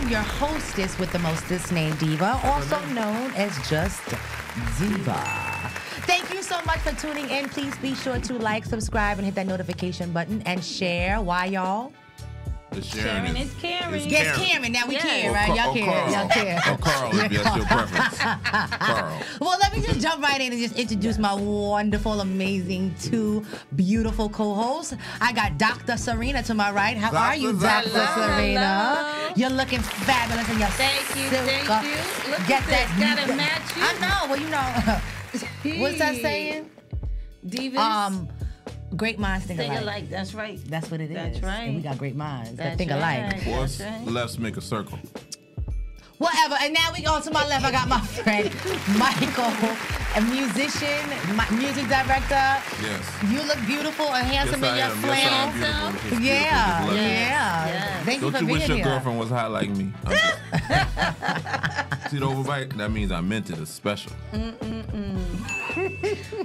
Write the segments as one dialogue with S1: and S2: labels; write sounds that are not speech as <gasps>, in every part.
S1: hostess with the mostest named Diva, also known as just Diva. Thank you so much for tuning in. Please be sure to like, subscribe, and hit that notification button and share. Why, y'all?
S2: The Sharon,
S3: Sharon is Karen.
S1: Yes, Karen. Now we
S3: Yes.
S1: care,
S3: Or
S1: right? Y'all
S2: Or Carl.
S1: care. Y'all care.
S2: Or Oh, Carl, if that's your
S1: <laughs>
S2: preference. Carl.
S1: Well, let me just jump right in and just introduce my wonderful, amazing, two beautiful co-hosts. I got Dr. Serena to my right. How are you, Dr.
S2: Dr.
S1: Serena?
S3: Hello.
S1: You're looking fabulous and you're
S3: Thank you,
S1: silk
S3: thank
S1: up.
S3: you. Look
S1: Get
S3: at
S1: that.
S3: this, gotta match you.
S1: I know. Well, you know. <laughs> What's that
S3: Hey.
S1: saying?
S3: Divas.
S1: Um, great minds think
S3: think
S1: alike.
S3: alike. That's right.
S1: That's what it is.
S3: That's right.
S1: And we got great minds that
S3: That's
S1: think alike.
S3: right.
S2: What's
S3: That's right.
S2: let's make a circle.
S1: Whatever. And now we go to my left. I got my <laughs> friend Michael, a musician, my music director.
S2: Yes.
S1: You look beautiful and handsome
S2: yes, I
S1: in
S2: am.
S1: your
S2: Yes, I am
S1: flannel.
S2: beautiful. It's beautiful.
S1: yeah,
S2: Just love it.
S1: yeah.
S3: Yes.
S1: Thank you
S2: Don't
S1: for
S2: you
S1: being
S2: wish your
S1: here.
S2: girlfriend was hot like me? I'm
S1: <laughs>
S2: just- See the overbite? That means I meant it. It's special.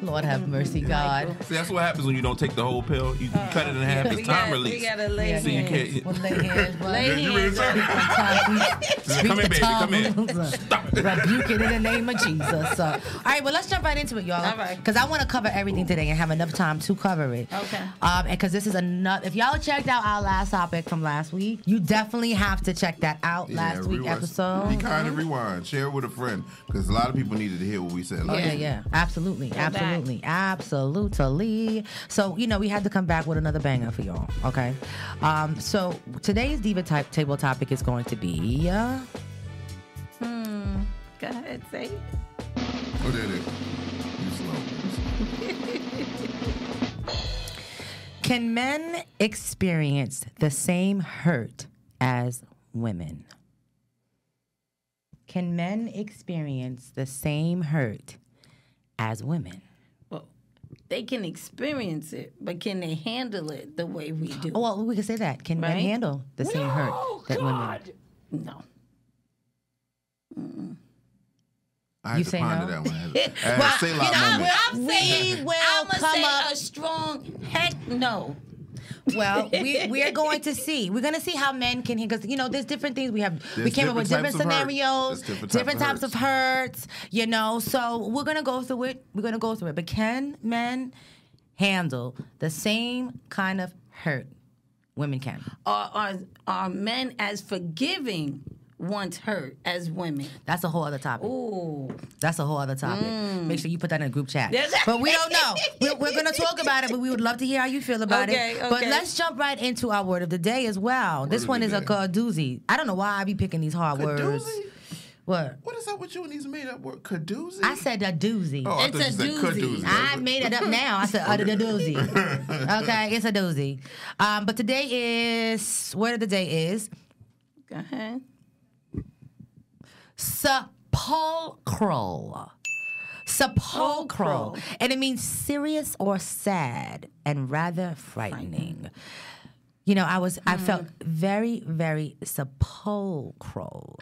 S1: Lord have mercy, God.
S2: See, that's what happens when you don't take the whole pill. You, you
S1: Uh,
S2: cut it in half.
S3: We
S2: It's
S3: got-
S2: time
S3: We
S2: release.
S3: gotta lay
S1: Yeah.
S2: So you can't.
S1: Well,
S2: <laughs>
S1: lay hands, well,
S3: Lay
S2: You ready to
S3: hands.
S2: serve?
S1: <laughs>
S2: Come in, baby. Come in.
S1: Rebuke it in the name of Jesus. Uh, all right, well, let's jump right into it, y'all.
S3: All right.
S1: Because I want to cover everything today and have enough time to cover it.
S3: Okay.
S1: Um, and because this is another, if y'all checked out our last topic from last week, you definitely have to check that out. last week
S4: rewind.
S1: episode. Uh-huh.
S4: Be kind and rewind. Share with a friend because a lot of people needed to hear what we said.
S1: Oh,
S4: Like,
S1: yeah, yeah. Absolutely.
S3: back.
S1: absolutely. Absolutely. So, you know, we had to come back with another banger for y'all, okay? Um, so today's Diva type table topic is going to be uh,
S3: <laughs> Go ahead, say it.
S4: Oh, there, there. You slow.
S1: Can men experience the same hurt as women? Can men experience the same hurt as women?
S3: Well, they can experience it, but can they handle it the way we do?
S1: Oh, well, we could say that. Can men
S3: Right?
S1: handle the same hurt that women?
S3: no.
S4: I had
S1: You
S4: to
S1: say
S4: ponder that
S1: no? <laughs>
S4: one. I had to- I had to say a lot moment.
S3: I'm
S1: We
S3: saying,
S1: will
S3: I'ma
S1: come
S3: say
S1: up-
S3: a strong heck no.
S4: <laughs>
S1: Well, we we are going to see. We're going to see how men can because you know there's different things we have. we
S4: There's
S1: came up with different
S4: different types of hurts.
S1: scenarios,
S4: There's
S1: different,
S4: different types of
S1: types of hurts. You know, so we're gonna go through it. We're gonna go through it. But can men handle the same kind of hurt women can?
S3: Are, are are men as forgiving once hurt as women?
S1: That's a whole other topic.
S3: Ooh. Mm.
S1: That's a whole other topic. Make sure you put that in a group chat.
S3: Yes.
S1: But we don't know. We're, we're going to talk about it, but we would love to hear how you feel about it.
S3: Okay,
S1: But
S3: okay.
S1: let's jump right into our word of the day as well. this
S4: of
S1: one
S4: the
S1: is a
S4: day.
S1: doozy. I don't know why I be picking these hard words.
S4: Kadoozy?
S1: What?
S4: What is up with you and these made up words? Kadoozy?
S1: I said a doozy.
S4: Oh, I
S3: It's
S4: thought you
S3: a
S4: said
S3: doozy.
S4: kadoozy.
S1: I made it up now. I said
S4: <laughs>
S1: a doozy. Okay, it's a doozy. Um, but today is word of the day is
S3: Go ahead.
S1: sepulchral. Sepulchral.
S3: Sepulchral.
S1: And it means serious or sad and rather frightening. You know, I was
S3: Hmm.
S1: I felt very, very sepulchral.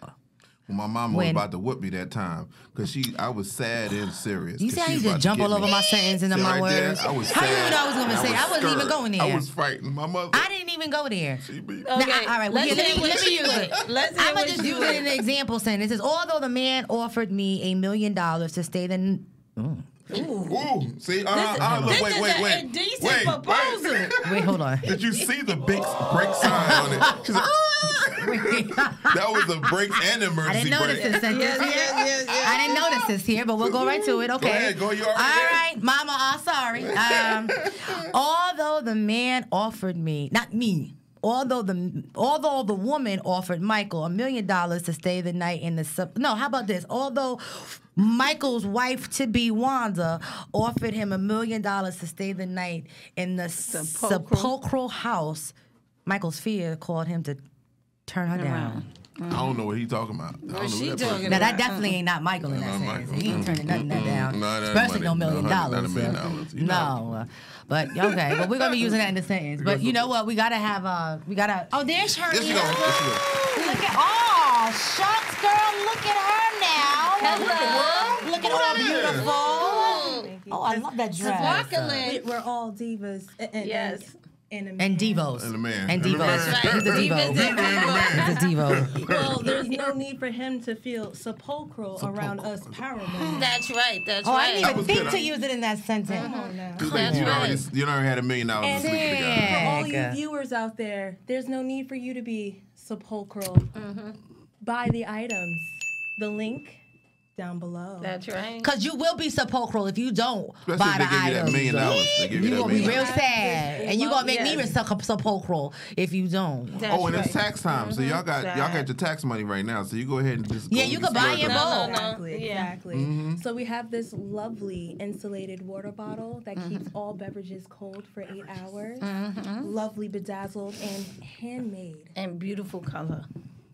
S4: Well, my mama was
S1: When-
S4: about to whoop me that time because she, I was sad and serious.
S1: You
S4: 'cause
S1: see how
S4: she
S1: you
S4: was
S1: just
S4: about to
S1: jump
S4: get
S1: all
S4: me.
S1: over my sentence and
S4: See
S1: my
S4: right there?
S1: words?
S4: I was
S1: how do you
S4: sad
S1: know I was gonna
S4: and
S1: say? I wasn't even
S4: scared.
S1: going
S4: I
S1: there.
S4: was frightened. My mother.
S1: I didn't even go there.
S4: she beat me.
S1: Nah, all right, well,
S3: let's
S1: yeah, let
S3: hear
S1: me-
S3: what
S1: let me
S3: you
S1: use
S3: did.
S1: it.
S3: Let's hear
S1: I'm
S3: what
S1: gonna just
S3: you
S1: use it in an example sentence. It says, although the man offered me a million dollars to stay the
S4: Ooh, see, uh, uh, look,
S3: this
S4: wait,
S3: is
S4: wait,
S3: a
S4: wait.
S3: indecent
S4: wait,
S3: proposal.
S4: Wait.
S1: wait, hold on.
S4: Did you see the big break sign on it?
S1: <laughs>
S4: She's like, <laughs> that was a break and emergency
S1: I didn't notice
S4: break.
S1: this sentence. I didn't notice this here, but we'll go right to it. Okay.
S4: ahead, go. You
S1: All
S4: already there.
S1: right, Mama. I'm sorry. Um, although the man offered me, not me. Although the although the woman offered Michael a million dollars to stay the night in the sub, no, how about this? Although Michael's wife to be Wanda offered him a million dollars to stay the night in the sepulchral,
S3: Sepulchral.
S1: house, Michael's fear called him to turn her down.
S3: around.
S4: I don't know what he talking about. I don't know
S3: she
S4: who that
S3: talking
S4: person
S1: Now
S4: is.
S1: that definitely ain't not Michael in that
S4: Not
S1: sentence.
S4: Michael.
S1: He ain't turning nothing that down.
S4: No, that
S1: Especially
S4: money.
S1: no million
S4: No,
S1: dollars.
S4: not a million
S1: yeah.
S4: dollars. You
S1: No, uh, but okay. But we're gonna be using that in the sentence. But you know what? We gotta have uh we gotta. Oh, there's her.
S4: There she
S1: Ooh,
S4: go. There she go.
S1: Look at oh shucks, girl. Look at her now.
S3: Hello.
S1: Look at her
S4: is?
S1: beautiful. Oh, I love that dress.
S3: Sparkling.
S5: We're all divas. And, and-
S3: Yes.
S1: and Devos.
S2: And the man.
S1: And
S2: And the
S1: Devos.
S2: man.
S3: That's right.
S1: He's a Devo.
S3: Divas and Divas.
S1: He's a Devo.
S5: Well, there's no need for him to feel sepulchral around us paramour.
S3: That's right. That's
S1: Oh, I
S3: right.
S1: didn't even
S2: was
S1: think
S2: good.
S1: to use it in that sentence.
S2: Dude, like,
S3: That's
S2: you,
S3: right.
S2: already, you already had a million dollars to sleep with the guy.
S5: For all you
S1: Yeah.
S5: viewers out there, there's no need for you to be sepulchral.
S3: Mm-hmm.
S5: Buy the items. The link down below.
S3: That's right.
S1: Because you will be sepulchral if you don't
S2: Especially
S1: buy
S2: if
S1: the
S2: they give you that
S1: items.
S2: million dollars. They give you
S1: You're
S2: that
S1: gonna be
S2: million
S1: real
S2: dollars.
S1: sad, and you're gonna make me
S3: Yes.
S1: sep- sepulchral if you don't.
S3: That's
S2: Oh, and
S3: right.
S2: it's tax time, so y'all got y'all
S3: Right.
S2: got your tax money right now. So you go ahead and just
S1: Yeah,
S2: go
S1: you
S2: and
S1: can buy
S2: splurge
S1: your
S2: on
S1: bowl.
S2: that.
S3: no, no.
S5: Exactly,
S3: Yeah.
S5: exactly. So we have this lovely insulated water bottle that keeps
S3: Mm-hmm.
S5: all beverages cold for eight hours. Lovely bedazzled and handmade.
S3: And beautiful color.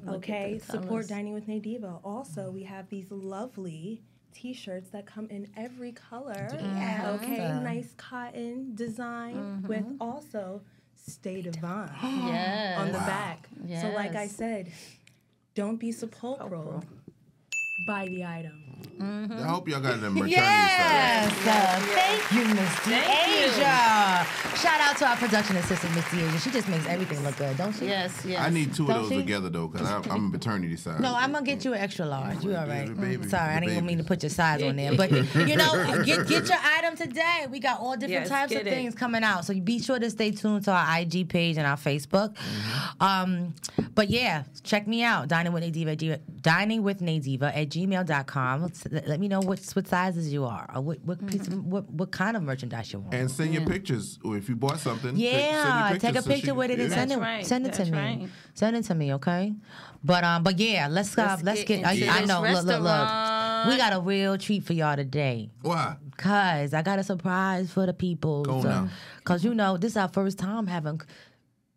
S5: Okay,
S3: the
S5: support
S3: colors.
S5: Dining with Nadiva. Also, we have these lovely t-shirts that come in every color. Okay, nice cotton design with also Stay <gasps> Divine
S1: Oh.
S3: Yes.
S5: on the back. So like I
S3: Yes.
S5: said, don't be sepulchral. Buy the item.
S2: I hope y'all got
S1: <laughs>
S2: them maternity
S1: Yes,
S2: yes.
S1: uh, thank you, Miss Asia. Shout out to our production assistant, Miss Asia. She just makes everything look good, don't she?
S3: Yes, yes.
S2: I need 2
S1: Don't
S2: of those
S1: she?
S2: together though, cause I'm, I'm maternity side.
S1: No, I'm gonna get you an extra large. You all right?
S2: The baby,
S1: Sorry, I
S2: the
S1: didn't even
S2: baby.
S1: mean to put your size
S2: <laughs>
S1: on there, but you know, get, get your item today. We got all different
S3: Yes,
S1: types of
S3: get it.
S1: things coming out, so you be sure to stay tuned to our IG page and our Facebook.
S2: Mm-hmm.
S1: Um, but yeah, check me out, dining with Nadiva, dining with Nadiva at gmail.com. Let's- Let me know what what sizes you are, or what what piece of, what what kind of merchandise you want.
S2: And send your pictures, or if you bought something, pic-
S1: Mm. Yeah,
S2: send your
S1: take a
S2: pictures so she
S1: picture
S2: can-
S1: with it and
S2: yeah.
S1: send it.
S3: That's right,
S1: Send it to
S3: that's
S1: me.
S3: right.
S1: Send it to me, okay? But um, but yeah, let's uh,
S3: Let's
S1: let's
S3: get
S1: get. I,
S3: into
S1: I
S3: this
S1: know. Look, look, look.
S3: restaurant.
S1: We got a real treat for y'all today,
S2: Why?
S1: cause I got a surprise for the people.
S2: Go now.
S1: Cause you know this is our first time having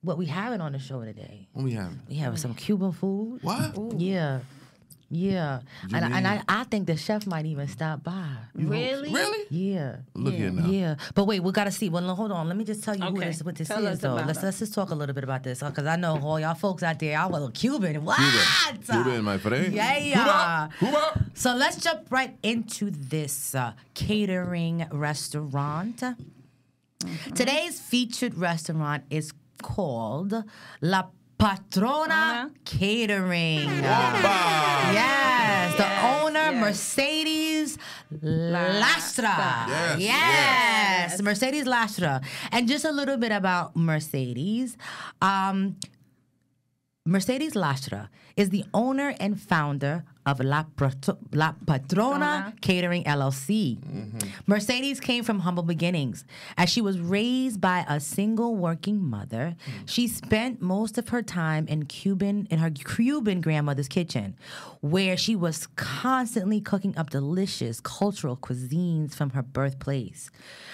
S1: what we having on the show today.
S2: What we have?
S1: We having some Cuban food.
S2: What?
S1: Yeah. Yeah, and, I, and
S2: mean-
S1: I, I think the chef might even stop by.
S3: Really?
S2: Really?
S1: Yeah,
S2: Look here now.
S1: yeah, but wait, we gotta see. Well, no, hold on. Let me just tell you who
S3: Okay.
S1: this, what this is,
S3: Tell us
S1: though.
S3: about
S1: Let's
S3: it.
S1: let's just talk a little bit about this, because I know all y'all folks out there, y'all were Cuban. What?
S2: Cuba, Cuba, my friend.
S1: Yeah, yeah.
S2: Cuba, Cuba.
S1: So let's jump right into this uh, catering restaurant.
S3: Mm-hmm.
S1: Today's featured restaurant is called La Patrona
S3: Uh-huh.
S1: Catering.
S2: Cuba.
S1: Yes, the
S3: Yes,
S1: owner
S3: yes.
S1: Mercedes Lastra.
S2: Yes,
S1: Yes,
S2: yes.
S1: Mercedes Lastra. And just a little bit about Mercedes. Um, Mercedes Lastra is the owner and founder of La, Prato- La Patrona Catering LLC. Mercedes came from humble beginnings. As she was raised by a single working mother, she spent most of her time in Cuban in her Cuban grandmother's kitchen, where she was constantly cooking up delicious cultural cuisines from her birthplace.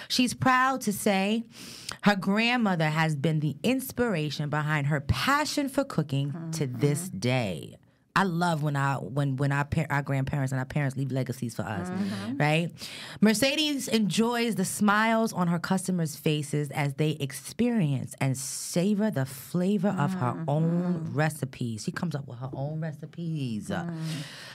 S1: She's proud to say her grandmother has been the inspiration behind her passion for cooking to this day. I love when I when when our par- our grandparents and our parents leave legacies for us,
S3: Mm-hmm.
S1: right? Mercedes enjoys the smiles on her customers' faces as they experience and savor the flavor of
S3: Mm-hmm.
S1: her own recipes. She comes up with her own recipes.
S3: Mm.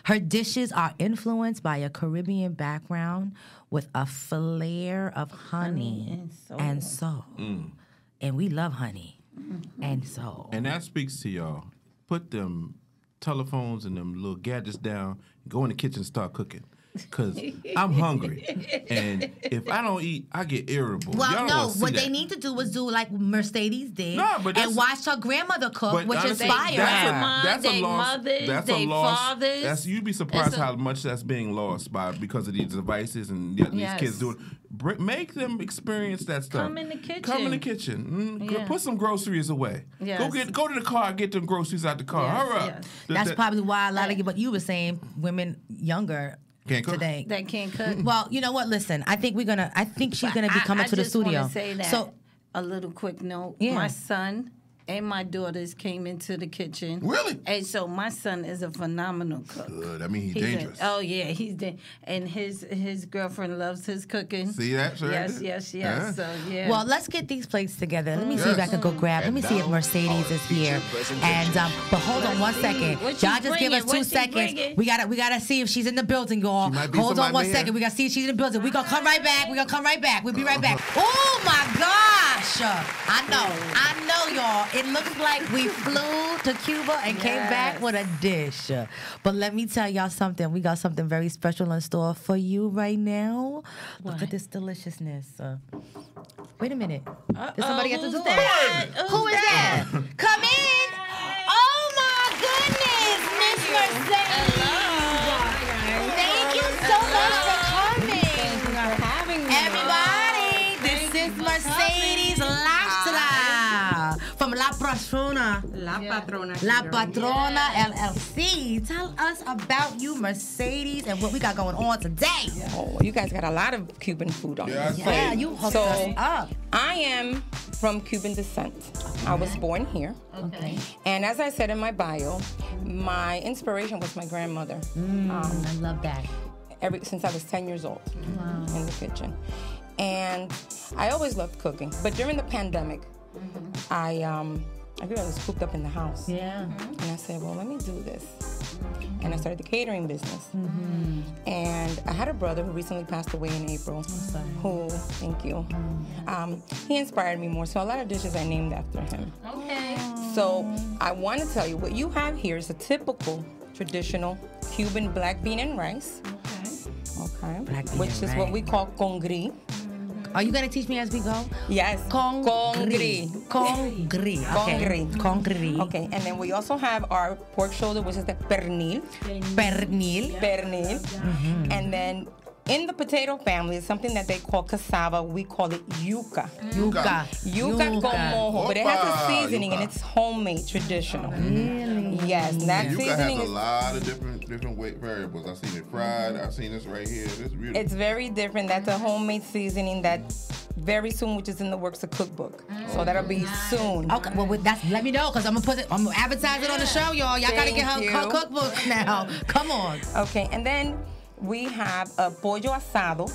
S1: Her dishes are influenced by a Caribbean background with a flair of honey,
S3: and soul.
S1: and soul. And we love honey
S3: Mm-hmm.
S1: and soul.
S2: And that speaks to y'all. Put them telephones and them little gadgets down. Go in the kitchen, and start cooking. Cause I'm
S1: <laughs>
S2: hungry, and if I don't eat, I get irritable.
S1: Well,
S2: Y'all don't
S1: no.
S2: wanna see
S1: What
S2: that.
S1: they need to do was do like Mercedes did,
S2: No, but that's-
S1: and watch her grandmother cook,
S2: But
S1: which
S2: honestly,
S1: inspired
S2: that's a-
S1: her.
S3: Mom,
S2: that's a
S3: they
S2: loss-
S3: mothers,
S2: that's a
S3: they
S2: loss-
S3: fathers.
S2: That's you'd be surprised
S3: It's a-
S2: how much that's being lost by because of these devices and yeah, these
S3: Yes.
S2: kids doing. Br- make them experience that stuff.
S3: Come in the
S2: Come in the
S3: kitchen.
S2: kitchen. Mm, go-
S3: Yeah.
S2: Put some groceries away. Go
S3: Yes.
S2: get go to the car. Get them groceries out the car.
S3: Yes,
S2: Hurry up.
S3: yes.
S2: Th-
S1: That's
S2: that-
S1: probably why a lot of you, what you were saying, women younger
S2: Can't cook.
S1: today.
S3: That can't cook.
S1: well, you know what? Listen, I think we're gonna. I think she's gonna be
S3: I-
S1: coming
S3: I
S1: to the
S3: just
S1: studio.
S3: wanna Say that.
S1: So
S3: a little quick note.
S1: Yeah.
S3: My son and my daughters came into the kitchen.
S2: Really?
S3: And so my son is a phenomenal cook.
S2: Good. I mean, he's,
S3: He's a-
S2: dangerous.
S3: oh yeah, he's da- and his his girlfriend loves his cooking.
S2: See that? Sure
S3: yes,
S2: did.
S3: yes, yes.
S2: Huh?
S3: So yeah. Mm-hmm.
S1: Well, let's get these plates together. Let me see if I can go grab. Let me see if
S2: Yes.
S1: Mercedes is here. And um, but hold on one second.
S3: What she
S1: Y'all just give us
S3: bringing?
S1: two
S3: What she
S1: seconds.
S3: bringing?
S1: We gotta we gotta see if she's in the building, y'all.
S2: might be
S1: Hold on
S2: somebody
S1: one
S2: there.
S1: second. We gotta see if she's in the building. We gonna come right back. We gonna come right back. We'll be right back.
S2: Uh-huh.
S1: Oh my gosh! I know, I know, y'all. It looks like we flew to Cuba and came back with a dish. But let me tell y'all something. We got something very special in store for you right now. Look at this deliciousness. Uh, Wait a minute. There's somebody at the
S3: who's
S1: door.
S3: that?
S1: Who
S3: Who's
S1: is that? Come in. Oh my goodness, Miss Mercedes. Thank you so much for coming. Everybody, this is Mercedes Lifestyle from La Patrona.
S6: La patrona.
S1: La Patrona LLC. Tell us about you, Mercedes, and what we got going on today.
S6: Oh, you guys got a lot of Cuban food on
S2: Yeah,
S6: this
S2: I
S6: plate.
S1: Yeah, you hooked
S6: So-
S1: us up.
S6: I am from Cuban descent. I was born here.
S3: okay.
S6: And as I said in my bio, my inspiration was my grandmother. Um,
S1: I love that.
S6: every since I was 10 years old in the kitchen. And I always loved cooking, but during the pandemic, I um I was cooped up in the house.
S1: Yeah.
S6: And I said, well, let me do this. And I started the catering business. And I had a brother who recently passed away in April. Who, thank you. Um, he inspired me more. So a lot of dishes I named after him.
S3: Okay.
S6: So I want to tell you what you have here is a typical traditional Cuban black bean and rice. Okay.
S1: Black bean
S6: Which
S1: and
S6: is what
S1: rice.
S6: we call congri.
S1: Are you gonna teach me as we go?
S6: Yes.
S1: Congri. Congri. Okay.
S6: Congri.
S1: Congri.
S6: Okay, and then we also have our pork shoulder, which is the pernil.
S1: Pernil.
S6: Pernil. And then in the potato family, it's something that they call cassava. We call it yuca.
S1: Yuca.
S6: Mm. Yuca con mojo, but it has a
S2: Opa,
S6: seasoning and
S2: yuca.
S6: it's homemade, traditional. Oh, Really? Yes, and that
S2: Yucca
S6: seasoning
S2: has a
S6: is
S2: lot of different different weight variables. I've seen it fried. I've seen this right here. This is beautiful.
S6: It's very different. That's a homemade seasoning that very soon, which is in the works, a cookbook. So that'll be soon.
S1: Okay, well, with- that's let me know because I'm gonna put it. I'm gonna advertise it on the show, y'all. Y'all gotta get her,
S6: Thank
S1: her
S6: you.
S1: cookbook now. Come on.
S6: Okay, and then we have a pollo asado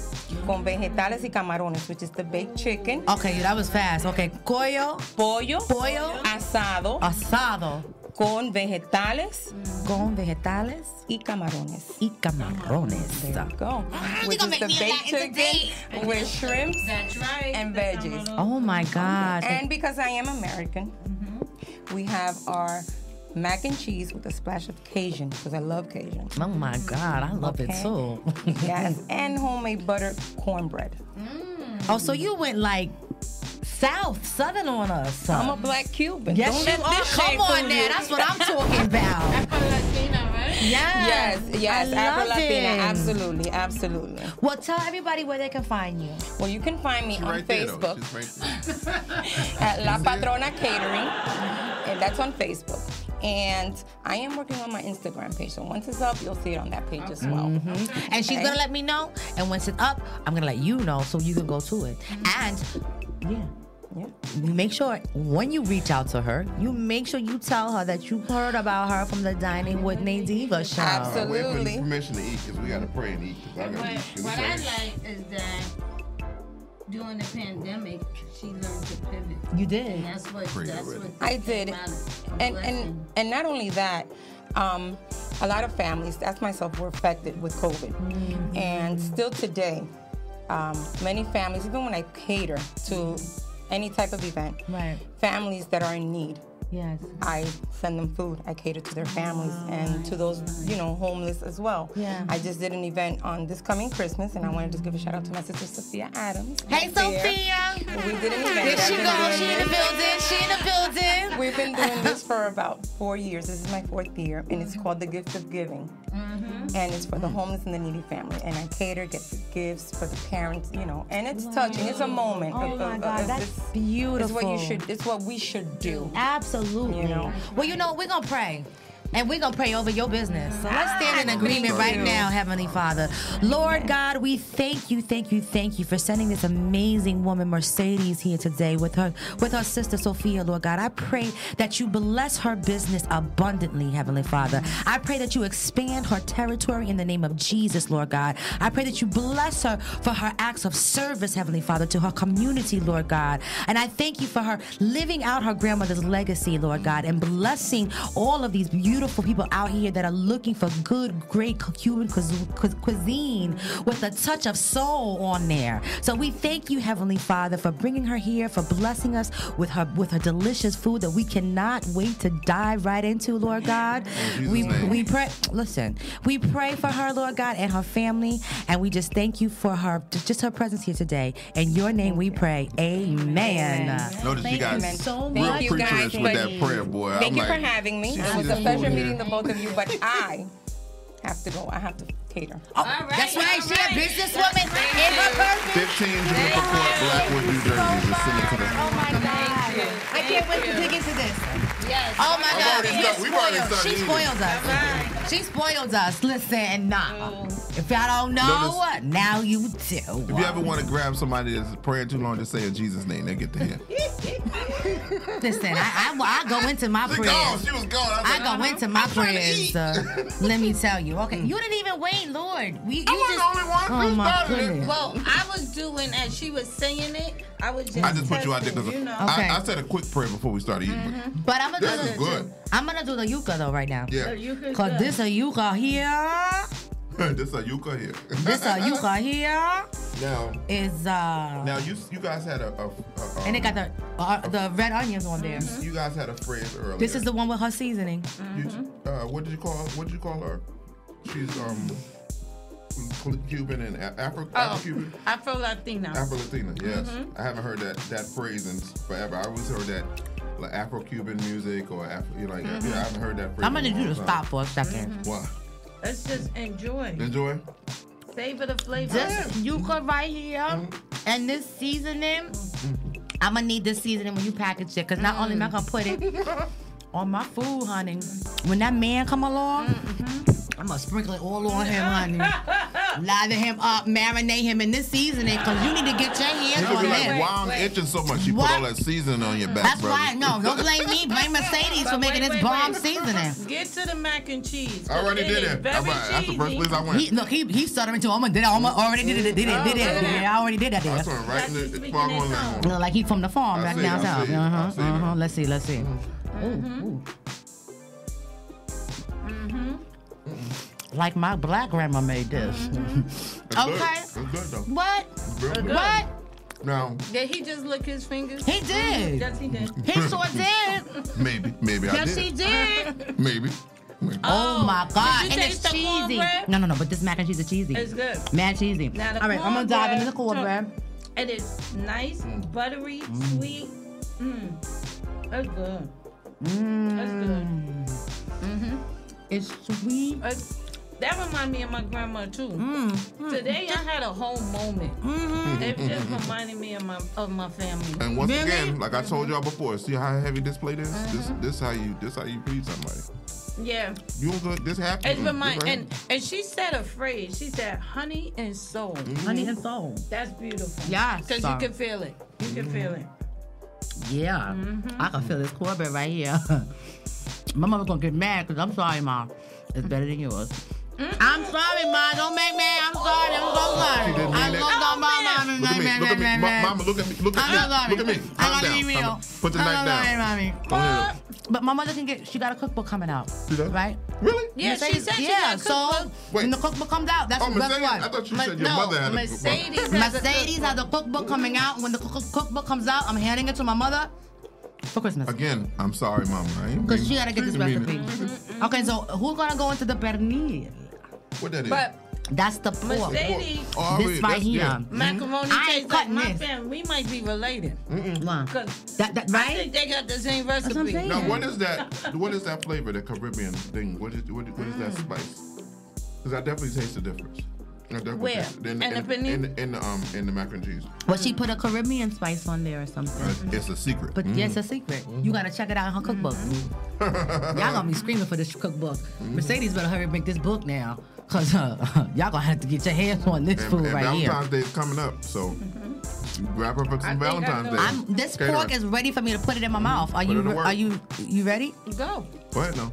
S6: con vegetales y camarones, which is the baked chicken.
S1: Okay, that was fast. Okay, coyo
S6: Pollo,
S1: Pollo.
S6: asado
S1: asado
S6: con vegetales
S1: con vegetales
S6: y camarones.
S1: y camarones.
S6: There you go.
S1: you
S6: Which
S1: gonna make
S6: is the
S1: me a
S6: baked
S1: Latin today.
S6: chicken with shrimps
S3: That's right.
S6: and veggies.
S1: Oh my gosh.
S6: And because I am American, we have our mac and cheese with a splash of Cajun because I love Cajun.
S1: Oh my God, I love it
S6: Okay.
S1: too. <laughs>
S6: Yes, and homemade butter cornbread.
S1: oh, so you went like south, southern on us.
S6: I'm a black Cuban.
S1: Yes,
S6: Don't
S1: you
S6: let
S1: are.
S6: this shade
S1: Come on
S6: fool
S1: now.
S6: you.
S1: That's what I'm talking about.
S6: <laughs> Yes,
S1: Yes.
S6: yes,
S1: I love
S6: Afro Latina,
S1: it.
S6: absolutely, absolutely.
S1: Well, tell everybody where they can find you.
S6: Well, you can find me
S2: She's
S6: on
S2: right there, though.
S6: Facebook
S2: She's right there.
S6: at La Patrona Catering, and that's on Facebook. And I am working on my Instagram page, so once it's up, you'll see it on that page as well.
S1: And she's
S6: Okay.
S1: gonna let me know. And once it's up, I'm gonna let you know so you can go to it. And yeah.
S6: Yeah.
S1: You make sure when you reach out to her, you make sure you tell her that you heard about her from the Dining with Nadiva show.
S6: Absolutely.
S2: Wait for the
S6: Absolutely.
S2: permission to eat because we gotta pray and eat. 'cause I gotta eat. 'cause
S3: What I
S2: it's like-
S3: like is that during the pandemic, she learned to pivot.
S1: You did.
S3: And that's what that's what
S6: I did, and and and not only that, um, a lot of families, that's myself, were affected with COVID, and still today, um, many families, even when I cater to any type of event,
S1: Right.
S6: families that are in need,
S1: Yes.
S6: I send them food. I cater to their families and to those, you know, homeless as well.
S1: Yeah.
S6: I just did an event on this coming Christmas, and I want to just give a shout out to my sister Sophia Adams.
S1: Hey,
S6: right there.
S1: Sophia.
S6: We did an event.
S1: There she
S6: I've been
S1: goes.
S6: doing
S1: She in
S6: this.
S1: the building. She in the building.
S6: We've been doing this for about four years. This is my fourth year, and it's called The Gift of Giving.
S1: Mm-hmm.
S6: And it's for the homeless and the needy family. And I cater, get the gifts for the parents, you know. And it's touching. It's a moment.
S1: Oh
S6: of-
S1: my
S6: of-
S1: God,
S6: of-
S1: that's
S6: it's-
S1: beautiful.
S6: It's what you should. It's what we should do.
S1: Absolutely.
S6: You know.
S1: Well, you know, we're gonna pray. And we're going to pray over your business. So let's stand
S6: Ah,
S1: in agreement
S2: Thank
S1: right now, Heavenly Father. Lord God, we thank you, thank you, thank you for sending this amazing woman, Mercedes, here today with her with her sister Sophia, Lord God. I pray that you bless her business abundantly, Heavenly Father. I pray that you expand her territory in the name of Jesus, Lord God. I pray that you bless her for her acts of service, Heavenly Father, to her community, Lord God. And I thank you for her living out her grandmother's legacy, Lord God, and blessing all of these beautiful people out here that are looking for good, great Cuban cuis- cuis- cuisine with a touch of soul on there. So we thank you, Heavenly Father, for bringing her here, for blessing us with her with her delicious food that we cannot wait to dive right into, Lord God.
S2: Jesus'
S1: We
S2: name.
S1: we pray. Listen, we pray for her, Lord God, and her family, and we just thank you for her just her presence here today. In your name, we pray. Amen.
S2: Notice you got
S6: Amen.
S1: so
S6: Thank
S2: real
S1: much.
S6: you
S2: preachers
S6: guys
S2: with
S6: for-
S2: that prayer, boy.
S6: Thank
S2: I'm
S6: you
S2: like,
S6: for having me.
S2: she
S6: It
S2: see
S6: was
S2: this
S6: a pleasure
S2: over here.
S6: meeting the both of you, but I have to go. I have to cater.
S1: Oh, that's right. She a businesswoman in her purpose.
S2: 15 Jamaica Court Blackwood, New Jersey. Just send it to them.
S1: Oh my God. I can't wait to dig into this.
S3: Yes.
S1: Oh my
S2: I'm
S1: God.
S2: already
S1: She
S2: stuck. We've already
S1: spoiled.
S2: stuck
S1: She
S2: eating.
S1: spoiled us.
S3: Right.
S1: She spoiled us. Listen, nah. If y'all don't know,
S2: Notice-
S1: now you do.
S2: If you ever want to grab somebody that's praying too long, just say in Jesus' name. They get to hear.
S1: Listen, I, I, I go into my
S2: She
S1: prayers.
S2: gone. She was gone. I was
S1: I
S2: like,
S1: go into my
S2: Uh-huh. trying to
S1: prayers.
S2: eat.
S1: Uh, let me tell you. Okay, you didn't even wait, Lord. We, you
S2: I wasn't
S1: just,
S2: the only one.
S1: Oh
S2: Who
S1: my
S2: started it?
S1: goodness.
S3: Well, I was doing as she was saying it. I was just.
S2: I just put you out there
S3: testing,
S2: because
S3: you know.
S1: Okay.
S2: I, I said a quick prayer before we started eating.
S6: Mm-hmm.
S1: But I'm
S2: This
S1: gonna
S2: is
S1: do the,
S2: good.
S1: I'm gonna do the yuca though right now.
S2: Yeah.
S3: So you could
S1: Cause
S3: go.
S1: this a yuca here,
S2: <laughs> this is a yuca here.
S1: this a yuca here
S2: <laughs> Now,
S1: is uh,
S2: now you you guys had a, a, a- a-
S1: and it got the uh, the red onions on there.
S2: you guys had a phrase earlier.
S1: This is the one with her seasoning.
S2: You- uh, what did you call what did you call her? She's um Cuban and A- Afro
S3: Oh, Mm-hmm.
S2: Cuban.
S3: Afro Latina.
S2: Afro Latina, yes. I haven't heard that that phrase in forever. I always heard that like Afro Cuban music or Afro, you know, like
S3: Mm-hmm.
S2: yeah, I haven't heard that phrase.
S1: I'm gonna
S2: in a
S1: do
S2: long
S1: the
S2: time.
S1: stop for a 2nd
S2: Wow.
S3: Let's just enjoy.
S2: Enjoy.
S1: Oh,
S3: Savor the flavor.
S1: This yuca right here and this seasoning, I'm gonna need this seasoning when you package it. Cause not only am I gonna put it on my food, honey, when that man come along, I'm gonna Mm-hmm. sprinkle it all on him, <laughs> honey. Lather him up, marinate him in this seasoning, cause you need to get your
S2: You
S1: hands
S2: could
S1: on
S2: be like,
S1: him.
S2: why I'm itching so much. You
S1: What?
S2: put all that seasoning on your back,
S1: That's
S2: brother.
S1: why, no, don't blame me, <laughs> blame Mercedes for
S3: But
S1: making
S3: wait,
S1: this
S3: wait,
S1: bomb
S3: wait.
S1: seasoning. <laughs>
S3: Get to the mac and cheese.
S2: I already did
S3: is
S2: it.
S3: Very
S2: I'm like, that's the first
S3: cheesy.
S2: place I went.
S1: He, look, he he stuttering too. I'm gonna did it. I'm already did it. Did it. Did it. <laughs>
S3: Oh, man.
S1: Yeah, I already did that. There.
S2: That's all right.
S3: That's
S2: Look,
S3: just
S2: Farm
S3: making
S2: on
S3: it
S2: that
S3: known.
S2: one.
S1: Look like he from the farm
S2: I
S1: back
S2: see,
S1: down
S2: I
S1: south.
S2: see, I
S1: Uh
S2: see
S1: huh. Uh huh.
S2: that.
S1: Let's see. Let's see.
S3: Mm-hmm.
S1: Ooh, ooh.
S3: Mm-hmm.
S1: Like my black grandma made this. <laughs>
S2: That's good.
S1: Okay.
S2: That's good, though.
S1: What?
S2: It's real good.
S1: What?
S2: Now,
S3: Did he just lick his fingers?
S1: He did.
S3: Yes, he did.
S1: He sure did.
S3: <laughs>
S2: maybe, maybe I
S1: Yes,
S2: did.
S1: he did.
S2: Maybe. Maybe.
S1: Oh my God!
S3: Did
S1: And
S3: you taste
S1: it's
S3: the
S1: cheesy.
S3: cornbread?
S1: No, no, no. But this mac and cheese is cheesy.
S3: <laughs> It's good.
S1: Mad cheesy.
S3: Now the
S1: All right, I'm gonna dive into the
S3: cornbread.
S1: cornbread.
S3: It is nice,
S1: Mm.
S3: buttery, sweet. Mm. That's good. That's
S1: Mm.
S3: good.
S1: It's sweet.
S3: That's- that reminds me of my grandma too.
S1: Mm.
S3: Today I had a whole moment.
S1: Mm-hmm.
S3: It just reminded me of my of my family.
S2: And once
S1: Really?
S2: again, like I told y'all before, see how heavy this plate is?
S1: Uh-huh.
S2: This this how you this how you feed somebody.
S3: Yeah.
S2: You don't go this happy.
S1: mm-hmm.
S3: It remind and and she said a phrase. She said, "Honey and soul."
S1: Honey and soul.
S3: That's beautiful.
S1: Yes.
S3: Because you
S1: Sorry.
S3: can feel it. You can
S1: Mm.
S3: feel it.
S1: Yeah,
S3: Mm-hmm.
S1: I can feel this Corbett right here. <laughs> My mama's gonna get mad because I'm sorry, mom. It's better than yours.
S3: Mm-hmm.
S1: I'm sorry, mom. Don't make me. I'm sorry. I'm so
S2: She
S1: sorry.
S2: didn't
S1: I
S2: mean it.
S1: looked
S3: Oh,
S1: on my
S3: man.
S1: mom and
S2: Look at me, look at me, Ma- mama, look at me, look
S1: I'm so
S2: at me,
S1: sorry.
S2: look at me.
S1: I
S2: Calm
S1: gotta be
S2: down.
S1: real.
S2: Calm- Put the
S1: I'm
S2: knife
S1: sorry,
S2: down.
S1: mommy.
S2: Don't hit
S1: But my mother can get. She got a cookbook coming out,
S2: She does?
S1: right?
S2: her. Really?
S3: Yeah, she
S1: Mercedes-
S3: said she
S1: yeah.
S3: got
S1: So
S3: cookbook.
S2: Wait.
S1: when the cookbook comes out, that's
S2: Oh,
S1: that's
S2: Mercedes?
S1: what.
S2: I thought you
S1: Ma-
S2: said your
S1: no,
S2: mother had a
S3: Mercedes has a
S1: Mercedes has a cookbook coming out. When the cook- cookbook comes out, I'm handing it to my mother for Christmas.
S2: Again, I'm sorry, mama. I ain't
S1: Because
S2: mean-
S1: she gotta get this
S2: I didn't
S1: recipe.
S2: mean
S3: Mm-hmm,
S1: Okay, so who's gonna go into the pernil?
S2: it. What that is?
S3: But
S1: That's the pork.
S3: Mistake.
S2: Pork.
S3: Lady,
S2: Oh, I
S1: this
S2: read-
S1: right
S2: that's-
S1: here.
S2: yeah.
S3: macaroni
S1: Mm. I ain't
S3: tastes like
S1: cutting
S3: my
S1: this.
S3: family. We might be related.
S1: Wow.
S3: Because
S1: That, that,
S3: I think
S1: right?
S3: they got the same
S1: what I'm
S3: recipe.
S1: saying.
S2: Now, what is that? What is that flavor? The Caribbean thing. What is what, is- what is that spice? Because I definitely taste the difference. I definitely
S1: Where?
S2: did. Then
S3: And
S2: in,
S3: the panini?
S2: in, in the um in the mac and cheese.
S1: Well, she put a Caribbean spice on there or something.
S2: Uh, It's a secret.
S1: But yes, a secret.
S2: Mm-hmm.
S1: You gotta check it out in her cookbook. y'all
S2: <laughs>
S1: gonna be screaming for this cookbook.
S2: Mm-hmm.
S1: Mercedes better hurry and make this book now, cause uh, <laughs> y'all gonna have to get your hands on this
S2: and,
S1: food
S2: and
S1: right
S2: Valentine's
S1: here.
S2: Day is coming up, so wrap up with some
S3: think I
S2: Valentine's
S3: know.
S2: Day.
S1: I'm, this
S2: Cater
S1: pork
S2: it. Mm-hmm.
S1: is ready for me to put it in my mouth. Are
S2: Put
S1: you
S2: it to work.
S1: are you you ready?
S3: Go.
S2: Go ahead now.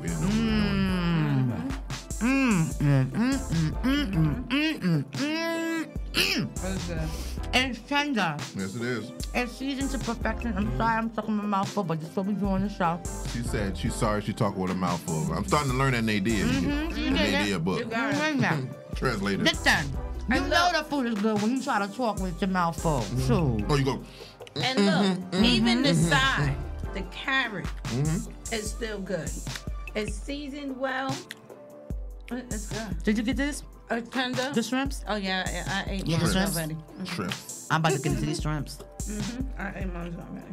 S2: We didn't know what we were doing.
S1: Mm. Mm.
S2: Mm.
S1: It's tender.
S2: Yes, it is.
S1: It's seasoned to perfection. I'm sorry I'm sucking my mouth full, but this is what we do on the show.
S2: She said she's sorry she talked with a mouthful. I'm starting to learn that Nadia.
S1: Mm-hmm.
S2: The Nadia book.
S3: Got it.
S1: Now,
S2: Translated.
S1: Mm-hmm. Listen, you
S3: And
S1: know
S3: look-
S1: the food is good when you try to talk with your mouth full. So
S2: Oh, you go.
S3: And look, even the side, the carrot, is still good. It's seasoned well. It- It's good.
S1: did you get this?
S3: A tender.
S1: The shrimps?
S3: oh yeah, I, I ate
S1: Yeah, the
S3: mine
S1: shrimps.
S3: already.
S2: Shrimp.
S1: I'm about to get into these shrimps.
S3: I ate mine already.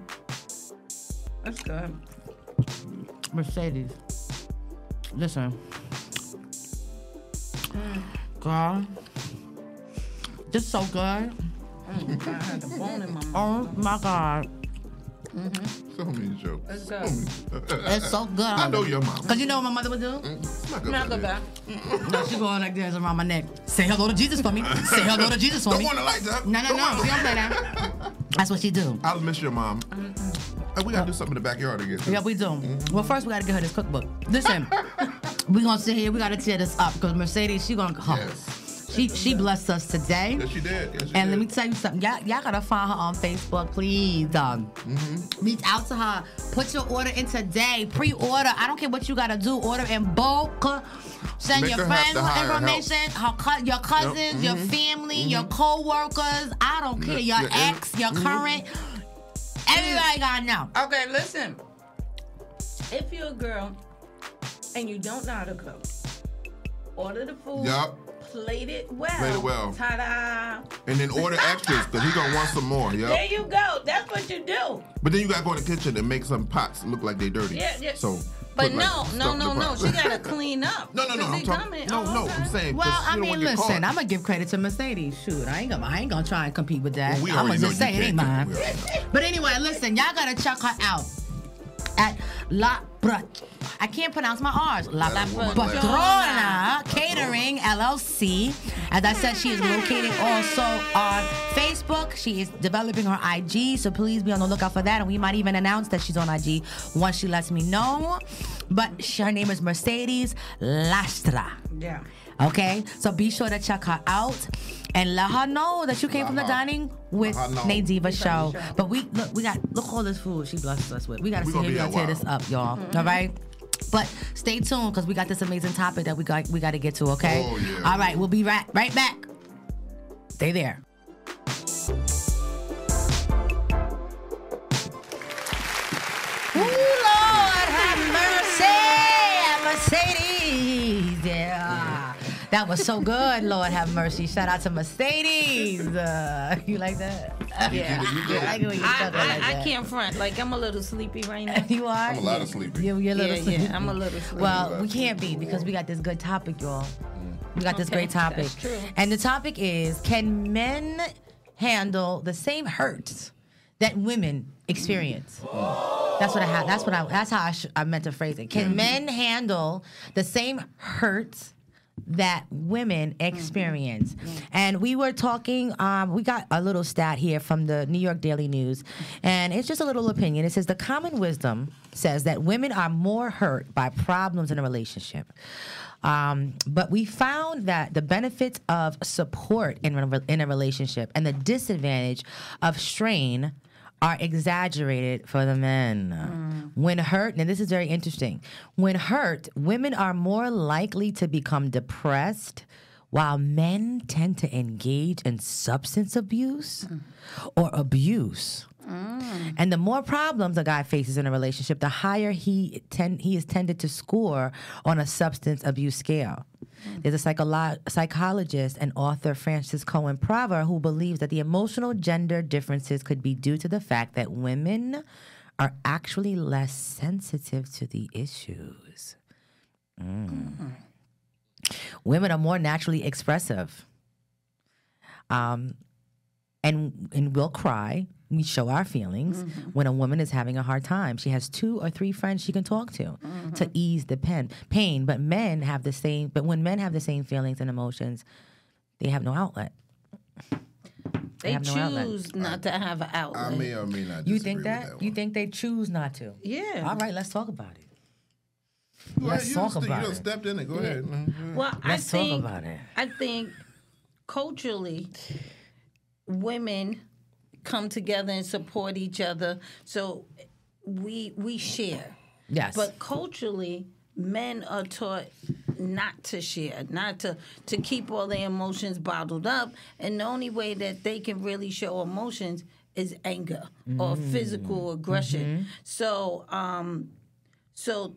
S3: That's good.
S1: Mercedes. Listen. Girl. This so good.
S3: I had the bone in my
S1: <laughs>
S3: mouth.
S1: Oh my God.
S2: So many jokes.
S3: It's
S2: So
S3: good.
S2: many-
S1: It's so
S2: <laughs>
S1: good.
S2: I know Mm-hmm. your mom.
S1: Cause you know what my mother would do?
S2: It's not good.
S3: Now go
S2: idea.
S3: back.
S1: No, she going like this around my neck. Say hello to Jesus for me. Say hello to Jesus for
S2: Don't
S1: me.
S2: want to like that.
S1: No, no, no. She don't play that.
S2: <laughs>
S1: That's what she do.
S2: I'll miss your mom. Uh, we gotta do something in the backyard again.
S1: Yeah, we do. Well, first we gotta get her this cookbook.
S2: <laughs>
S1: Listen, we gonna sit here. We gotta tear this up because Mercedes, she gonna. Oh,
S2: Yes.
S1: She she blessed us today.
S2: Yes, she did. Yes, she
S1: And let me
S2: did.
S1: tell you something. Y'all, y'all gotta find her on Facebook, please. Um,
S2: Mm-hmm.
S1: Reach out to her. Put your order in today. Pre-order. I don't care what you gotta do. Order in bulk. Send
S2: Make
S1: your
S2: her have
S1: friends
S2: to
S1: her
S2: hire help. Mm-hmm.
S1: information. Her cou- your cousins, your family, your co-workers. I don't care.
S2: Yeah,
S1: Your
S2: yeah.
S1: ex, your current. Everybody gotta know.
S2: Uh,
S3: Okay, listen. If you're a girl and you don't know how to cook, order the food.
S2: Yup.
S3: Plate it well.
S2: Plate it well.
S3: Ta-da.
S2: And then order extras because he gonna want some more.
S3: There
S2: Yep.
S3: you go. That's what you do.
S2: But then you gotta go in the kitchen and make some pots look like they dirty.
S3: Yeah, yeah.
S2: So.
S3: But
S2: put, like,
S3: no,
S2: stuff
S3: no,
S2: in the
S3: no, no.
S2: pot.
S3: She gotta clean up.
S2: <laughs> No, no, no.
S3: 'Cause
S2: I'm
S3: they
S2: talking.
S3: coming
S2: No,
S3: all
S2: no.
S3: the
S2: I'm
S3: time.
S2: saying. 'cause
S1: Well, I
S2: you don't
S1: mean,
S2: wanna get
S1: listen,
S2: caught.
S1: I'm gonna give credit to Mercedes. Shoot, I ain't gonna, I ain't gonna try and compete with that.
S2: We
S1: I'm
S2: already
S1: gonna
S2: know
S1: just
S2: you
S1: say it ain't
S2: can't
S1: mine.
S2: do it. We already know.
S1: But anyway, listen, y'all gotta check her out at La Brat. I can't pronounce my R's. La
S2: That woman
S1: Patrona Catering LLC. As I said, she is located also on Facebook. She is developing her IG, so please be on the lookout for that. And we might even announce that she's on IG once she lets me know. But she, her name is Mercedes Lastra.
S3: Yeah.
S1: Okay, so be sure to check her out and let her know that you came from the
S2: Let her-
S1: dining with
S2: let her know.
S1: Nate Diva show.
S3: show.
S1: But we look, we got look all this food she blessed us with. We gotta
S2: We
S1: see
S2: gonna
S1: here, we
S2: be here
S1: gotta tear
S2: a
S1: this up, y'all. All right. But stay tuned because we got this amazing topic that we got we got to get to. Okay.
S2: Oh, yeah.
S1: All right, we'll be right right back. Stay there. Ooh, Lord, have mercy, have Mercedes. Yeah. That was so good, Lord have mercy. Shout out to Mercedes. <laughs> Uh, you like that?
S3: Yeah.
S1: I like it when you
S3: I,
S1: talk like
S3: I, I
S1: that.
S3: can't front. Like I'm a little sleepy
S1: <laughs>
S3: right now.
S1: You are?
S2: I'm a lot of sleepy.
S1: You, you're a little
S3: yeah,
S1: sleepy.
S3: yeah. I'm a little sleepy. Mm.
S1: Well, we can't be because we got this good topic, y'all. We got this
S3: Okay,
S1: great topic.
S3: that's true.
S1: And the topic is can men handle the same hurts that women experience?
S3: Mm.
S1: That's what I have. That's what I that's how I, sh- I meant to phrase it. Can men handle the same hurts that women experience. And we were talking, um, we got a little stat here from the New York Daily News, and it's just a little opinion. It says the common wisdom says that women are more hurt by problems in a relationship. Um, but we found that the benefits of support in, re- in a relationship and the disadvantage of strain are exaggerated for the men. When hurt, and this is very interesting, when hurt, women are more likely to become depressed, while men tend to engage in substance abuse or abuse. And the more problems a guy faces in a relationship, the higher he tend, he is tended to score on a substance abuse scale. There's a psycholo- psychologist and author Francis Cohen Prover who believes that the emotional gender differences could be due to the fact that women are actually less sensitive to the issues. Mm. Women are more naturally expressive. Um, and and we'll cry. We show our feelings when a woman is having a hard time. She has two or three friends she can talk to to ease the pain. Pain, but men have the same. But when men have the same feelings and emotions, they have no outlet.
S3: They
S1: have no outlet.
S3: choose not to have an outlet.
S2: I may or may not.
S1: You
S2: disagree
S1: think
S2: with
S1: that?
S2: that
S1: you
S2: one.
S1: think they choose not to?
S3: Yeah.
S1: All right, let's talk about it.
S2: Well,
S1: Let's
S2: you
S1: talk
S2: just-
S1: about
S2: You done
S1: it.
S2: stepped in it. Go ahead. Mhm.
S3: well, I
S1: Let's talk
S3: think
S1: about it.
S3: I think culturally, women come together and support each other. So we we share.
S1: Yes.
S3: But culturally, men are taught not to share, not to to keep all their emotions bottled up, and the only way that they can really show emotions is anger or physical aggression. So, um, so.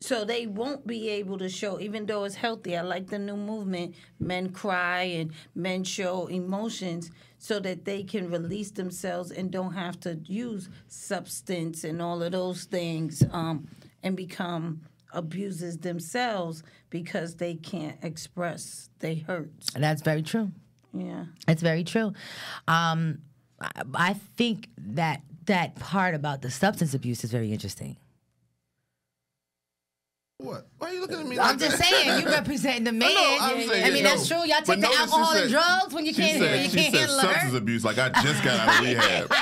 S3: So they won't be able to show, even though it's healthy. I like the new movement. Men cry and men show emotions so that they can release themselves and don't have to use substance and all of those things um, and become abusers themselves because they can't express they hurts.
S1: That's very true.
S3: Yeah.
S1: That's very true. Um, I, I think that that part about the substance abuse is very interesting.
S2: What? Why are you looking at me?
S1: I'm
S2: like
S1: just
S2: that? <laughs>
S1: saying, you representing the man.
S2: I'm
S1: I,
S2: saying,
S1: mean,
S2: no.
S1: that's true. Y'all
S2: But
S1: take the
S2: notice she
S1: alcohol and
S2: said-
S1: drugs when you
S2: She
S1: can't,
S2: said,
S1: you
S2: she
S1: can't
S2: said
S1: handle her.
S2: substance abuse. Like I just got out of rehab.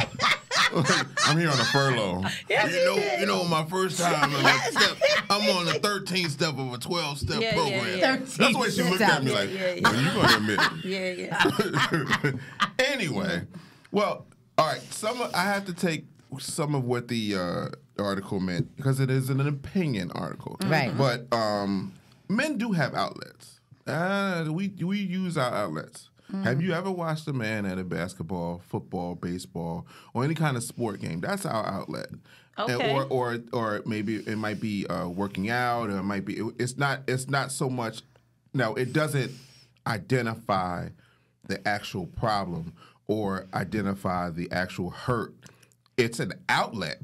S2: <laughs> I'm here on a furlough. you know, you know, my first time. on a step- I'm on the 13 step of a 12 step
S3: Yeah, yeah,
S2: program.
S3: yeah.
S2: That's the way she
S1: 13
S2: looked at me
S1: steps.
S2: like,
S3: Yeah, yeah.
S2: "When you gonna admit it?"
S3: Yeah,
S2: <laughs>
S3: yeah.
S2: anyway, well, all right. Some of- I have to take some of what the uh, article meant because it is an opinion article,
S1: Right.
S2: But um, men do have outlets. Uh, we we use our outlets. Have you ever watched a man at a basketball, football, baseball, or any kind of sport game? That's our outlet. And-
S3: Okay.
S2: or or or maybe it might be uh, working out, or it might be. It's not. It's not so much. No, it doesn't identify the actual problem or identify the actual hurt. It's an outlet,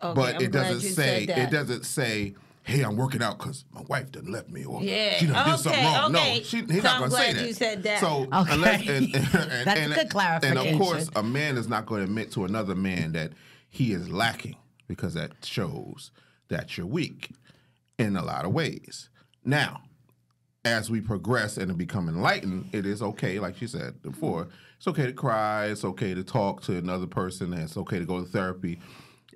S2: but
S3: I'm
S2: it
S3: glad
S2: doesn't
S3: you
S2: say.
S3: said that.
S2: It doesn't say. Hey, I'm working out because my wife done left me, or
S3: Yeah.
S2: she done did something
S3: Okay,
S2: wrong.
S3: okay.
S2: No, she, he's
S3: So
S2: not
S3: I'm
S2: gonna say
S3: glad
S2: that.
S3: you said that.
S2: So
S1: Okay.
S2: unless and, and, and,
S1: That's
S2: and,
S1: good
S2: And
S1: clarification.
S2: of course, a man is not going to admit to another man that he is lacking because that shows that you're weak in a lot of ways. Now, as we progress and become enlightened, it is okay, like you said before, it's okay to cry, it's okay to talk to another person, and it's okay to go to therapy.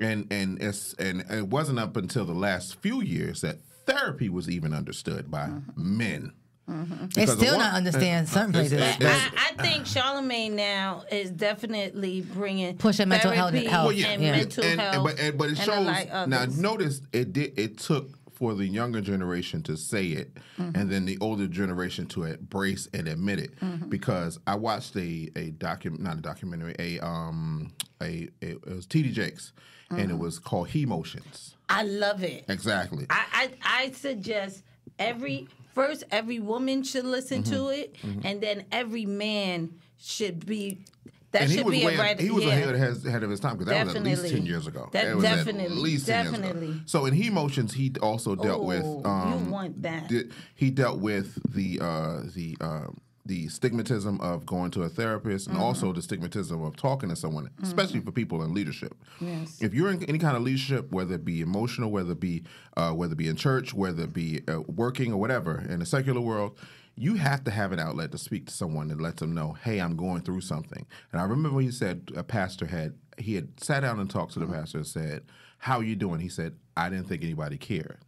S2: And and it's and it wasn't up until the last few years that therapy was even understood by
S1: Mm-hmm.
S2: men.
S1: It's
S2: Because
S1: still
S2: a wo-
S1: not understand certain
S2: it's-
S1: places.
S2: it's-
S1: Right.
S3: I, I think Charlemagne now is definitely bringing
S1: Pushing mental health-
S3: therapy
S1: health,
S2: Well, yeah,
S3: and
S1: yeah.
S3: mental
S2: and,
S3: health.
S2: and- but, and- but it
S3: and
S2: shows
S3: unlike
S2: now.
S3: others.
S2: Notice it did. It took for the younger generation to say it,
S3: Mm-hmm.
S2: and then the older generation to embrace and admit it.
S3: Mm-hmm.
S2: Because I watched a a document, not a documentary, a um a, a it was TD Jakes, and it was called He Motions.
S3: I love it.
S2: Exactly.
S3: Mm-hmm. I, I I suggest every first every woman should listen to
S2: Mm-hmm.
S3: it, and then every man should be. That
S2: and he
S3: should
S2: was
S3: be
S2: way
S3: a right.
S2: he was
S3: yeah.
S2: ahead, ahead- ahead of his time because that was at
S3: Definitely.
S2: least ten years ago.
S3: That
S2: It was
S3: definitely, definitely. Oh,
S2: So in He Motions, he also dealt with
S3: Ooh,
S2: um,
S3: you want that?
S2: did- he dealt with the uh, the uh, the stigmatism of going to a therapist and also the stigmatism of talking to someone, especially for people in leadership. Yes. If you're in any kind of leadership, whether it be emotional, whether it be uh, whether it be in church, whether it be uh, working or whatever in the secular world, you have to have an outlet to speak to someone and let them know, hey, I'm going through something. And I remember when you said a pastor had he had sat down and talked to the pastor and said, "How you doing?" He said, "I didn't think anybody cared."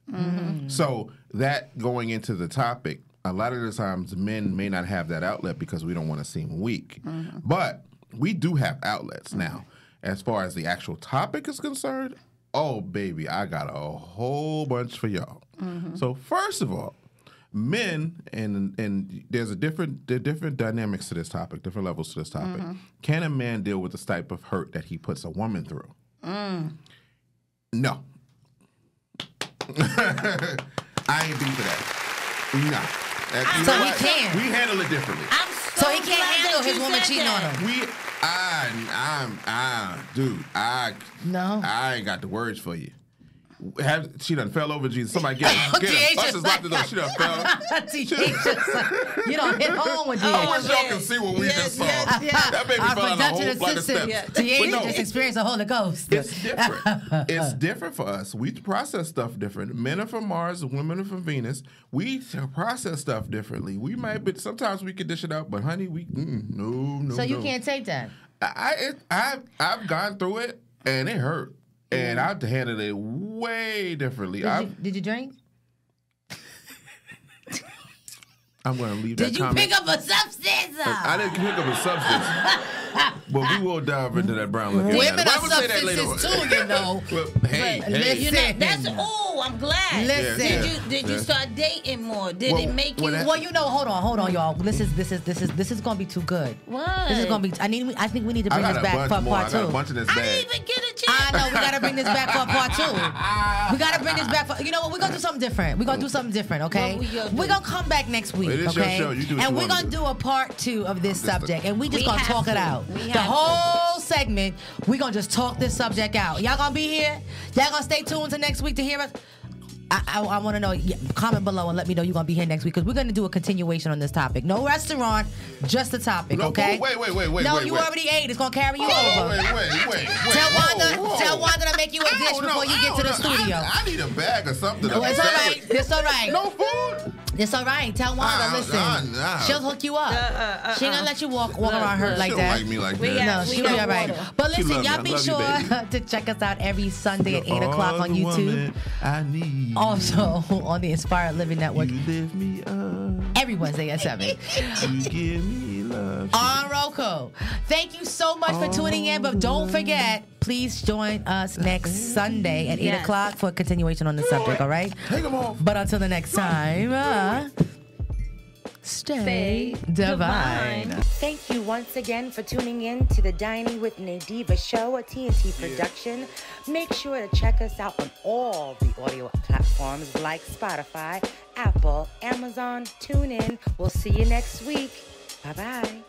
S2: So that going into the topic, a lot of the times men may not have that outlet because we don't want to seem weak. But we do have outlets now. As far as the actual topic is concerned, oh baby, I got a whole bunch for y'all. So first of all, men and and there's a different there are different dynamics to this topic, different levels to this topic. Can a man deal with this type of hurt that he puts a woman through? No. <laughs> I ain't be for that. No. That- you
S1: So
S2: know
S1: he
S2: what?
S1: can.
S2: We handle it differently.
S3: I'm so,
S1: so he can't
S3: glad
S1: handle
S3: that
S1: his
S3: you
S1: woman
S3: said
S1: cheating
S3: that.
S1: on him.
S2: we I I'm I'm I dude, I
S1: No.
S2: I ain't got the words for you. Have, she done fell over, Jesus. Somebody
S1: <laughs>
S2: get
S1: Oh,
S2: her. Get her.
S1: Deasia.
S2: Usher's locked the door. She done fell.
S1: <laughs>
S3: <laughs>
S1: Deasia. you don't hit home
S2: <laughs>
S1: with
S2: I wish
S1: Deasia.
S2: y'all can see what we
S3: Yes,
S2: just saw.
S3: yes, yes.
S2: That made me
S1: Our
S2: find a
S1: production
S2: whole flight of
S1: assistant,
S2: steps. But
S1: Deasia
S2: no,
S1: just experienced the Holy Ghost.
S2: it's different. it's different for us. We process stuff different. Men are from Mars, women are from Venus. We t- process stuff differently. We might, but sometimes we can dish it out. But honey, we mm, no, no.
S1: so you
S2: no.
S1: can't take that.
S2: I, it, I, I've gone through it, and it hurt, and I've handled it way differently.
S1: Did,
S2: i
S1: you, did you drink?
S2: I'm going to leave that
S1: Did you
S2: comment.
S1: pick up a substance?
S2: I didn't pick up a substance,
S1: <laughs>
S2: but we will dive into that brown looking.
S1: Women
S2: matter. Why
S1: are
S2: we say that later
S1: substances
S2: on?
S1: too,
S2: <laughs>
S1: you know.
S2: Well, hey,
S3: But
S2: hey.
S1: listen,
S3: You know, that's oh, I'm glad.
S1: Listen.
S3: Did you did you
S2: Yeah.
S3: start dating more? Did
S2: Well,
S3: it make you
S2: well, that-
S1: Well, you know, hold on, hold on, y'all. This is this is this is this is gonna be too good.
S3: What?
S1: This is gonna be. I need. I think we need to
S2: I
S1: bring
S2: got
S1: this
S2: a
S1: back
S2: bunch
S1: for
S2: more.
S1: part
S2: I got a
S1: two.
S2: bunch in this
S3: I
S2: bag.
S3: didn't even get a
S1: I
S3: chance.
S1: know we gotta bring this back for
S2: <laughs>
S1: part two. We gotta bring this back for. You know what? We're gonna do something different. We're gonna do something different. Okay.
S3: What we gonna do?
S1: We're gonna come back next week.
S2: It is your
S1: okay.
S2: show. You do what
S1: and
S2: you
S1: we're
S2: wanna
S1: gonna
S2: do.
S1: do a part two of this
S2: This is-
S1: subject, and we just
S3: We
S1: gonna
S3: have
S1: talk it
S3: to.
S1: out.
S3: We
S1: The
S3: have to.
S1: whole segment, we're gonna just talk this subject out. Y'all gonna be here. Y'all gonna stay tuned to next week to hear us. I, I, I want to know. yeah, comment below and let me know you're gonna be here next week because we're gonna do a continuation on this topic. No restaurant, just the topic.
S2: No,
S1: okay.
S2: wait, wait, wait, wait,
S1: No,
S2: wait,
S1: you
S2: wait.
S1: already ate. It's gonna carry you
S2: Oh,
S1: over.
S2: wait, wait, wait, wait.
S1: Tell
S2: Whoa,
S1: Wanda,
S2: whoa.
S1: tell Wanda to make you a
S2: I
S1: dish
S2: don't know.
S1: before you
S2: I
S1: get to
S2: don't
S1: the
S2: know. I-
S1: studio.
S2: I, need a bag or something.
S1: No,
S2: to
S1: it's all
S2: sandwich.
S1: right. It's all right.
S2: No food.
S1: It's all right. Tell Wanda,
S2: Uh,
S1: listen.
S2: uh, nah.
S1: She'll hook you up. she ain't gonna let you walk walk around her like
S2: she
S1: that.
S2: Don't like me like
S3: We
S2: that.
S3: got-
S1: no,
S3: we
S1: she'll be
S3: got
S1: all right.
S3: water.
S1: But
S2: She
S1: listen,
S2: love me.
S1: y'all
S2: I
S1: be
S2: love you,
S1: sure <laughs> to check us out every Sunday <laughs> at 8 o'clock on
S4: All the
S1: YouTube.
S4: woman I need.
S1: Also <laughs> on the Inspired Living Network
S2: Mm-hmm.
S4: You lift me up.
S1: every Wednesday at 7.
S4: You give me love.
S1: on Roku. Thank you so much for tuning in, but don't forget, please join us next Sunday at 8
S3: Yes.
S1: o'clock for a continuation on the subject, all right?
S2: Take them off.
S1: But until the next time, uh, stay,
S3: Stay
S1: divine.
S3: divine.
S7: Thank you once again for tuning in to the Dining with Nadiva show, a TNT production. Make sure to check us out on all the audio platforms like Spotify, Apple, Amazon, TuneIn. We'll see you next week. Bye bye.